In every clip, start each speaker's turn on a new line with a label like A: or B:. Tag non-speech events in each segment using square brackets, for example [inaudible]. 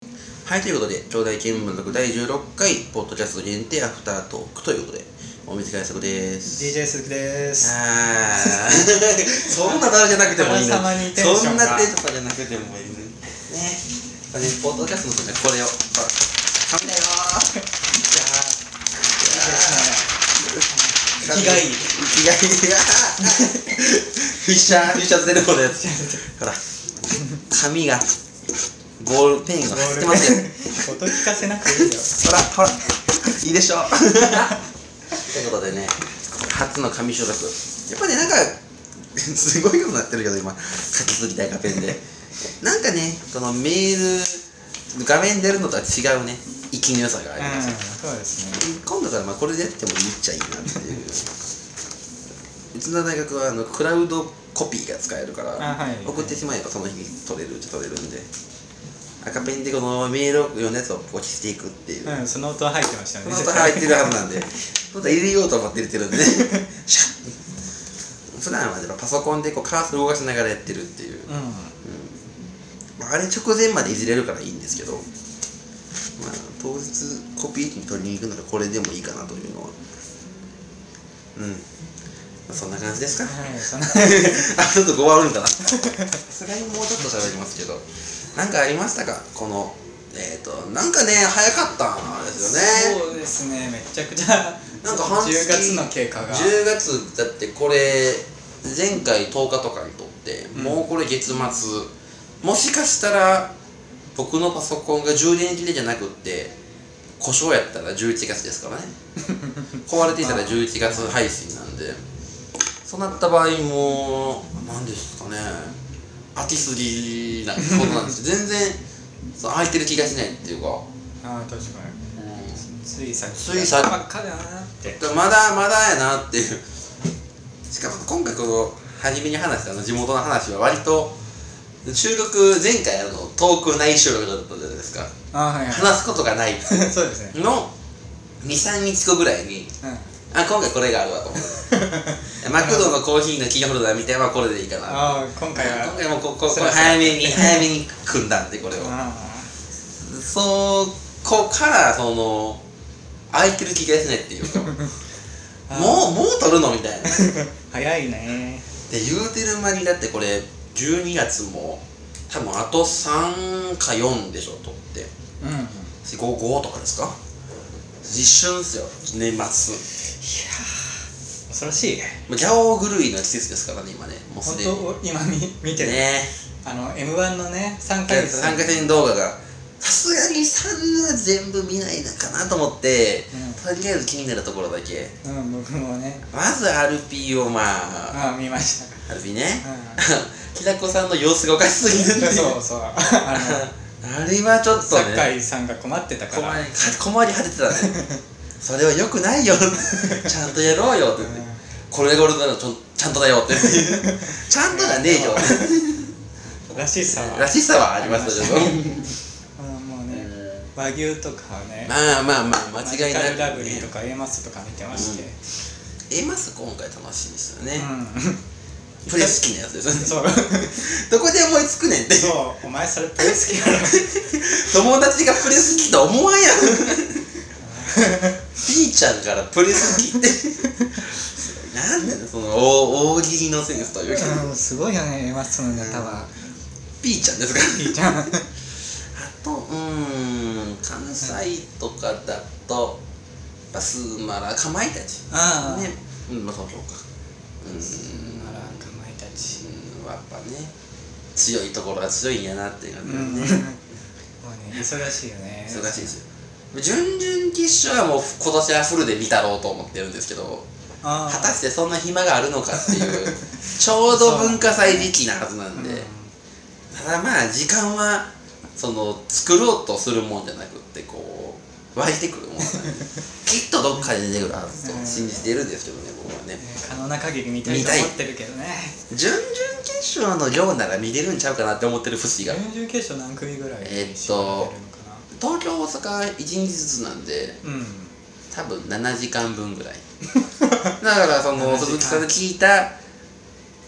A: はい、ということで、兄弟見聞録第16回、ポッドキャスト限定アフタートークということで、お水解作です。
B: DJ 鈴木です。
A: あーそんなだらじゃなくてもいいの
B: あからさまにテンションが
A: そんな手とかじゃなくてもいいのにねやっぱねポッドキャストの時はこれをほら神だよー
B: いやーいいですね。生き
A: 生きが
B: がいい。
A: いいフィッシャーフィッシャーズ出る方のやつほら紙がボールペンが入ってますよ
B: よ。 [laughs] 音聞かせなくていいよ。
A: ほらほら [laughs] いいでし [laughs] ょということでね初の紙所属やっぱりなんか [laughs] すごいことになってるけど今書きすぎたい画ペンでなんかねこのメール画面出るのとは違うね息の良さがあり
B: う
A: ま
B: ん、
A: す、
B: そうですね。
A: 今度からまあこれでやってもいいっちゃいいなっていううちの大学はあのクラウドコピーが使えるから、
B: あはい
A: 送ってしまえばその日に取れるっちゃ取れるんで赤ペンでこのメールを読んだやつをこう消していくっていう、
B: うん、その音は入ってましたよ
A: そ
B: ね。
A: の音入ってるはずなんで、また入れようと思って入れてるんでね、 [laughs] シャッ普段はやっぱパソコンでこうカーソル動かしながらやってるっていう、
B: うん。
A: まあ、あれ直前までいじれるからいいんですけど、まあ、当日コピー機に取りに行くならこれでもいいかなというのは、うん、まあ、そんな感じですか。 [laughs]
B: はい、そん
A: あ
B: な。
A: ちょっと5割あるんかなさすがにもうちょっと喋りますけどなんかありましたかこのえっ、ー、となんかね早かったんですよね
B: そうですね、めちゃくちゃ。
A: なんか半月
B: 10月の経過が。
A: 10月だってこれ前回10日とかにとって、
B: うん
A: もうこれ月末もしかしたら僕のパソコンが充電切れじゃなくって故障やったら11月です
B: [laughs]
A: からね壊れていたら11月配信なんでそうなった場合も何ですかね飽きすぎなことなんですよ全然そう空いてる気がしないっていうか、
B: ああ、確かに。ついさっき。
A: ついさっき
B: ばっかだなーって。
A: まだまだやなっていうしかも今回この初めに話したあの地元の話は割と収録前回あのトークない収録だったじゃないですか
B: ああ、
A: [laughs]
B: はいは
A: 話すことがない
B: い。そうですね。
A: の23日後ぐらいに
B: うん。
A: あ今回これがあるわと思ってマクドのコーヒーのキーホルダーみたいなのはこれでいいかな
B: ああ、今回は。
A: 今回もこここ
B: そ
A: れ
B: らそら
A: 早めに早めに組んだんでこれを
B: あ
A: そこからその空いてる気がしないっていうか
B: あ
A: もうもう撮るのみたいな
B: ー早いね
A: で言うてる間にだってこれ12月も多分あと3か4でしょ取って
B: うん
A: 5とかですか一瞬ですよ年末
B: 恐ろしい
A: もうギャオグルイの季節ですからね今ねもう
B: 本
A: すでに
B: 当今み見てる、
A: ね
B: あの m 1のね3回月
A: 参加戦動画がさすがに3は全部見ないのかなと思って、とりあえず気になるところだけ
B: うん僕もね
A: まず RP をまあ
B: ああ見まし
A: RP ね [laughs]
B: た、
A: きなこさんの様子がおかしすぎ
B: う
A: る
B: ん
A: っていう
B: そうそうあ
A: [laughs] あれはちょ
B: の
A: っとね
B: 酒井さんが困ってたか
A: 困
B: ら
A: り困り果ててたね [laughs] それはよくない [laughs] よちゃんとやろうよって言って、
B: うん
A: これが俺ならちょんちゃんとだよって [laughs] ちゃんとじゃね [laughs] えよ
B: らしさは
A: らしさはありましたけど
B: ありまあーもうね和牛とかね
A: まあまあまあ間違いな
B: マ
A: く
B: ジカルラブリーと
A: ね
B: か A マスとか見てまして、
A: えマス今回楽しみですよね、
B: うん、
A: プレス好きなやつですよね
B: [laughs] そう
A: どこで思いつくねんって
B: そうお前それプレス好きだろ
A: 友達がプレス好きとは思わんや [laughs] んピーちゃんからプレス好きって [laughs] なんだよその大大喜利のセンスというか
B: うんすごいよね、マッソのネタは。
A: ピーちゃんですか
B: いいじゃん。
A: あとうーん関西とかだとやっぱスーマラかまいたち
B: ああ
A: ねうんまあそうそうかうーん
B: あら、かまいたち。
A: うんやっぱね強いところが強いんやなっていう
B: う
A: 感じだ
B: ん。もうね
A: ね、
B: 忙しいよね。
A: 忙しいですよ準々決勝はもう今年はフルで見たろうと思ってるんですけど
B: あ
A: 果
B: あ。
A: たしてそんな暇があるのかっていう
B: [laughs]
A: ちょうど文化祭時期なはずなんで、ただまあ時間はその作ろうとするもんじゃなくってこう湧いてくるもんなんできっとどっかで出てくるはずと信じてるんですけどね僕はね
B: ね可能な限り見たいと思ってるけどね。
A: 準々決勝の量なら見れるんちゃうかなって思ってる節が
B: 準々決勝何組ぐらい
A: えっ
B: 絞ら
A: と
B: れるのかな
A: 東京大阪1日ずつなんで
B: うん。
A: 多分7時間分ぐらいだからその
B: 7時間
A: 鈴木さんが聞いた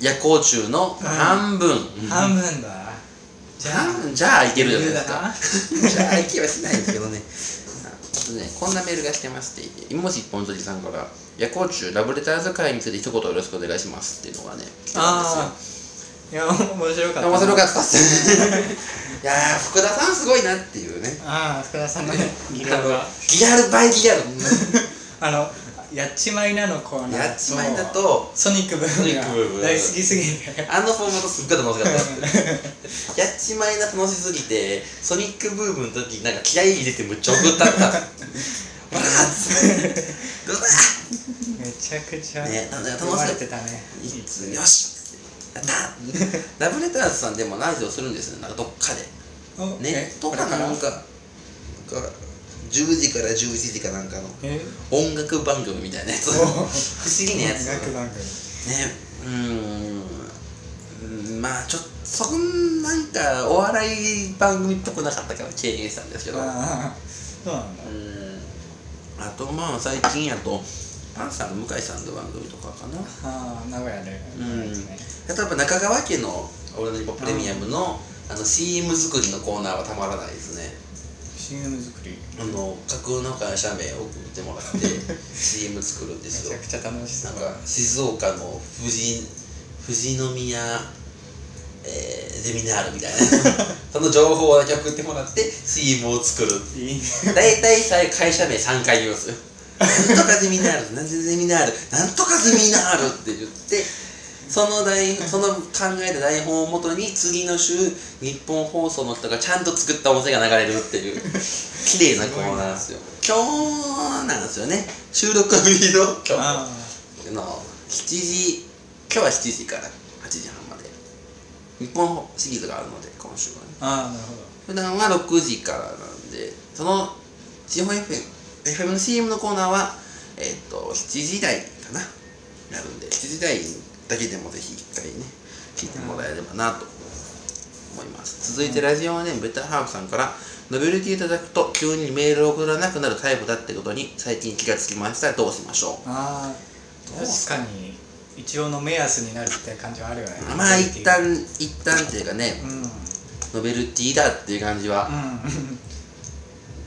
A: 夜行中の半分、
B: 半分だ。じゃあ
A: うんじゃあいけるじゃないですか [laughs]
B: 余
A: じゃあいけはしないですけどねあちょっとねこんなメールが来てましてもし一本釣りさんから「夜光中ラブレターズ会について一言よろしくお願いします」っていうのがね来てたんですよ
B: ああいや面白かった
A: 面白
B: った
A: かったっすね [laughs] いやー福田さんすごいなっていうね
B: ああ福田さんのねギ
A: あ
B: ガ
A: の
B: が
A: ギャルバイギャル
B: あのやっちまいなのコーナーと
A: やっちまいだと
B: ソニックブ
A: ソニ
B: ー
A: ックブー
B: ム
A: ム
B: が大好きすぎ
A: [laughs]
B: て
A: あのフォーマットすっごい楽しかったやっちまいな楽しすぎてソニックブームの時なんか気合い入れてむっちゃ送ったった [laughs] バラッてうわー
B: めちゃくちゃ
A: ね楽しかった
B: 読まれてたね
A: いつよしやったラブレターズさんでもラジオするんですよなんかどっかで
B: お
A: ネ
B: え
A: ットかななんかが10時から11時かなんかの
B: え
A: 音楽番組みたいなやつ不
B: お
A: 思議なやつね
B: 音楽番組
A: うーんまあちょっとそんなんかお笑い番組っぽくなかったから敬遠したんですけどう
B: ああそうなんだ
A: ーんあとまあ最近やとパンサーの向井さんの番組とかかな
B: ああ名古屋で
A: うん、例えば中川家の「オールナイトニッポンプレミアムの」あの CM 作りのコーナーはたまらないですね
B: CM 作り
A: あの架空の会社名を送ってもら
B: [laughs]
A: って CM 作るんで
B: め
A: す
B: ちゃ
A: よ
B: くちゃ楽しそ
A: な
B: うん
A: か静岡の富士富士宮、えーゼミナールみたい
B: [laughs]
A: なその情報だけ送ってもらって CM を作る
B: いいね
A: 大体さ会社名3回言いますよなんとかゼミナールなんとかゼミナールなんとかゼミナールって言ってその台その考えた台本をもとに次の週日本放送の人がちゃんと作った音声が流れるっていう綺麗なコーナーですよ今日なんですよね収録日の今日
B: あ
A: あの7時今日は7時から8時半まで日本シリーズがあるので今週はね
B: あああなるほど
A: 普段は6時からなんでその地方 FM, FM の CM のコーナーはえーっ、と7時台かななるんで7時台だけでもぜひ一回ね聞いてもらえればなと思います続いてラジオネームベタハーフさんからノベルティいただくと急にメールを送らなくなるタイプだってことに最近気がつきましたどうしましょう
B: あ
A: どう
B: あ確かに一応の目安になるって感じはあるよね
A: まあ一旦一旦っていうかね
B: うんうん
A: ノベルティだっていう感じは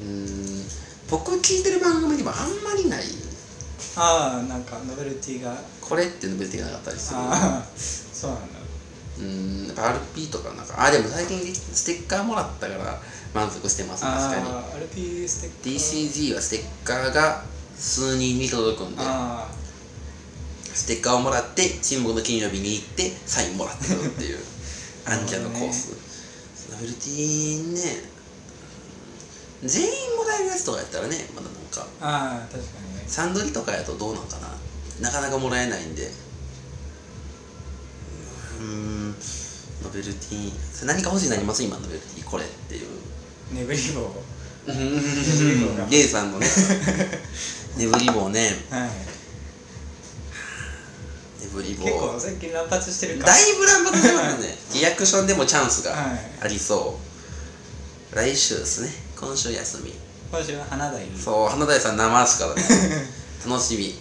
A: うーん僕聞いてる番組でもあんまりない
B: ああなんかノベルティが
A: これっていうの別になかったりする
B: ああそうなんだ
A: うーんやっぱ RP とかなんかあでも最近ステッカーもらったから満足してます確か
B: ああ RP ステッカ
A: に
B: ー
A: DCG はステッカーが数人に届くんで
B: あ
A: ステッカーをもらって沈黙の金曜日に行ってサインもらってくるって
B: [laughs]
A: いうアンジャのコース WT ね全員もらえるやつとかやったらねまだなんか
B: あああ確かにね
A: サンドリとかやとどうなんかななかなかもらえないんでうーんノベルティそれ何か欲しいなります今ノベルティこれっていう
B: 眠り棒棒が
A: ゲイさん
B: [laughs]
A: のね眠り棒ね
B: はい
A: 眠り棒
B: 結構最近乱発してるか
A: だいぶ乱暴になります
B: [laughs]
A: ねリアクションでもチャンスがありそう、来週ですね今週休み
B: 今週は花台 [laughs]
A: そう花大さん生ですからね楽しみ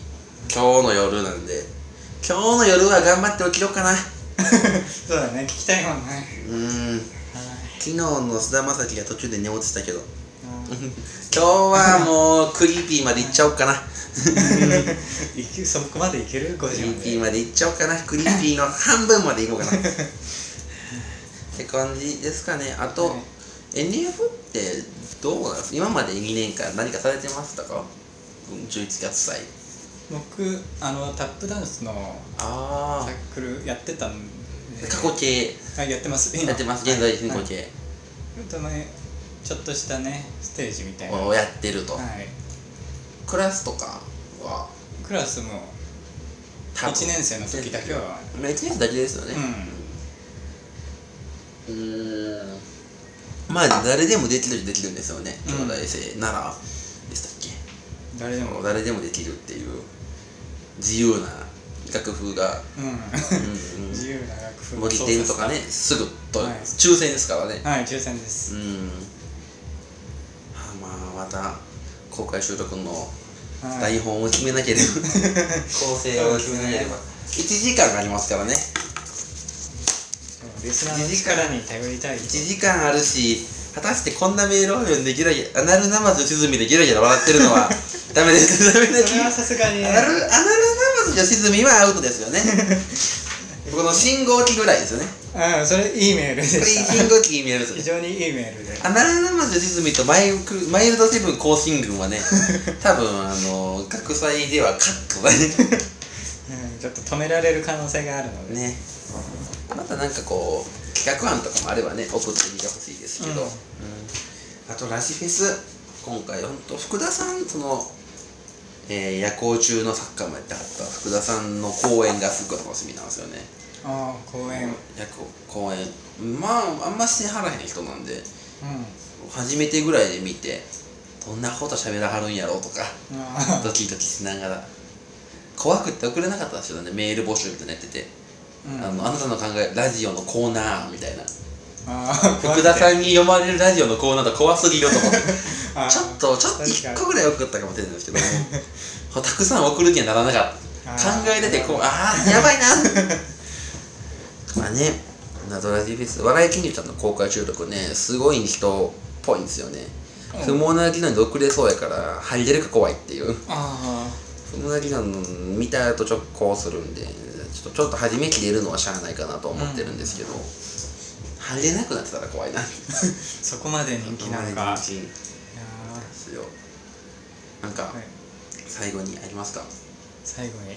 A: 今日の夜なんで今日の夜は頑張って起きようかなう
B: [laughs] そうだね聞きたいもんね
A: ーん
B: はい
A: 昨日の菅田将暉が途中で寝落ちたけど
B: うん
A: 今日はもうクリーピーまで行っちゃおうかな
B: [laughs] いけそこまでいける
A: クリーピ
B: 50
A: ー
B: まで
A: まで行っちゃおうかなクリーピーの半分まで行こうかなって感じですかねあと、
B: はい
A: NF ってどうなんですか今まで2年間何かされてましたかうん11月祭
B: 僕あのタップダンスの
A: あ
B: サークルやってたんで
A: 過去形
B: あやってます今
A: やってます現在進行
B: はい
A: 形
B: 本当ねちょっとしたねステージみたいなは
A: をやってると、
B: い
A: クラスとかは
B: クラスも
A: 多分
B: 1年生の時だけは
A: まあ一年生だけですよね、
B: う
A: うーんまあ誰でもできるできるんですよね
B: うん
A: 兄弟生ならでしたっ
B: ん誰
A: け、
B: で
A: も
B: も
A: う誰でもできるっていう自由な楽譜が、
B: うん
A: うんうん
B: 自由な楽譜
A: 模擬店とかねすぐと、
B: はい
A: 抽選ですからね
B: はい抽
A: [laughs]
B: 選です
A: うんあまあまた公開収録の
B: はい
A: 台本を決めなければ、構成を決めなければ、1時間ありますからね
B: そうリスナーの力に頼りたい
A: 1時間あるし果たしてこんなメールを読んでギラギラアナルナマズ沈みでギラギラ笑ってるの
B: [laughs]
A: はダメですダメです
B: それはさすがに
A: アナルアナルナマズ沈みはアウトですよねこの信号機ぐらいですよね
B: うんそれいいメールで
A: これ
B: し
A: 信号機に見えるん
B: た
A: で
B: 非
A: すよ
B: 常にいいメールで
A: アナルナマズ沈みとマイクマイルドセブン更新群
B: [laughs]
A: はね多分あの学祭ではカットだね
B: うんちょっと止められる可能性があるので
A: ねまたなんかこう企画案とかもあればね送ってみてほしいですけど、
B: うん
A: うんあとラジフェス今回ほんと福田さんその、えー夜行中のサッカーもやってはった福田さんの公演がすごい楽しみなんですよね
B: ああ公演うん
A: 夜行公演まああんましはらへん人なんで初めてぐらいで見てどんなこと喋らはるんやろうとか
B: あ
A: ドキドキしながら怖くって送れなかったんですよねメール募集みたいなのやってて、
B: うん
A: あのあなたの考えラジオのコーナーみたいな
B: あ
A: 福田さんに読まれるラジオのコーナーと怖すぎよと思って
B: あー
A: ちょっとちょっと1個ぐらい送ったかもしれないですけどたくさん送る気にはならなかった
B: あ
A: 考
B: ー
A: え出てこうああやばい [laughs] なまあね謎ラジフェス笑い金魚ちゃんの公開収録ねすごい人っぽいんですよね
B: うん
A: 不毛な議論で遅れそうやから入れるか怖いっていう
B: あ
A: 不毛な議論見た後直行するんでちょっとちょっと初め切れるのはしゃあないかなと思ってるんですけど、入れなくなってたら怖いな
B: あそこまで人気なんか
A: 人気で
B: いやー
A: すよなんか
B: はい
A: 最後にありますか
B: 最後に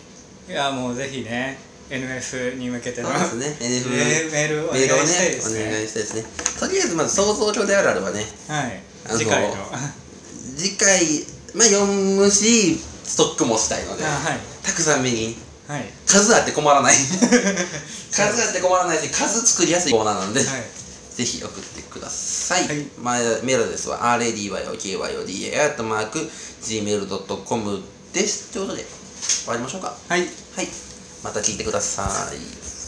B: いやもうぜひね NF に向けての
A: そうですね NF
B: メールをお願い
A: メールをね
B: したいですね
A: お願いしたいですねとりあえずまず想像上であるあるはね
B: はい
A: あの
B: 次回の
A: 次回まあ読むしストックもしたいので、
B: あはい
A: たくさん目に
B: はい
A: 数あって困らない数あって困らないし数作りやすいコーナーなんで、
B: はい
A: ぜひ送ってください。
B: はい
A: まあ、メールですは radyokyoda.gmail.com です。ということで、終わりましょうか。
B: はい
A: はい。また聞いてください。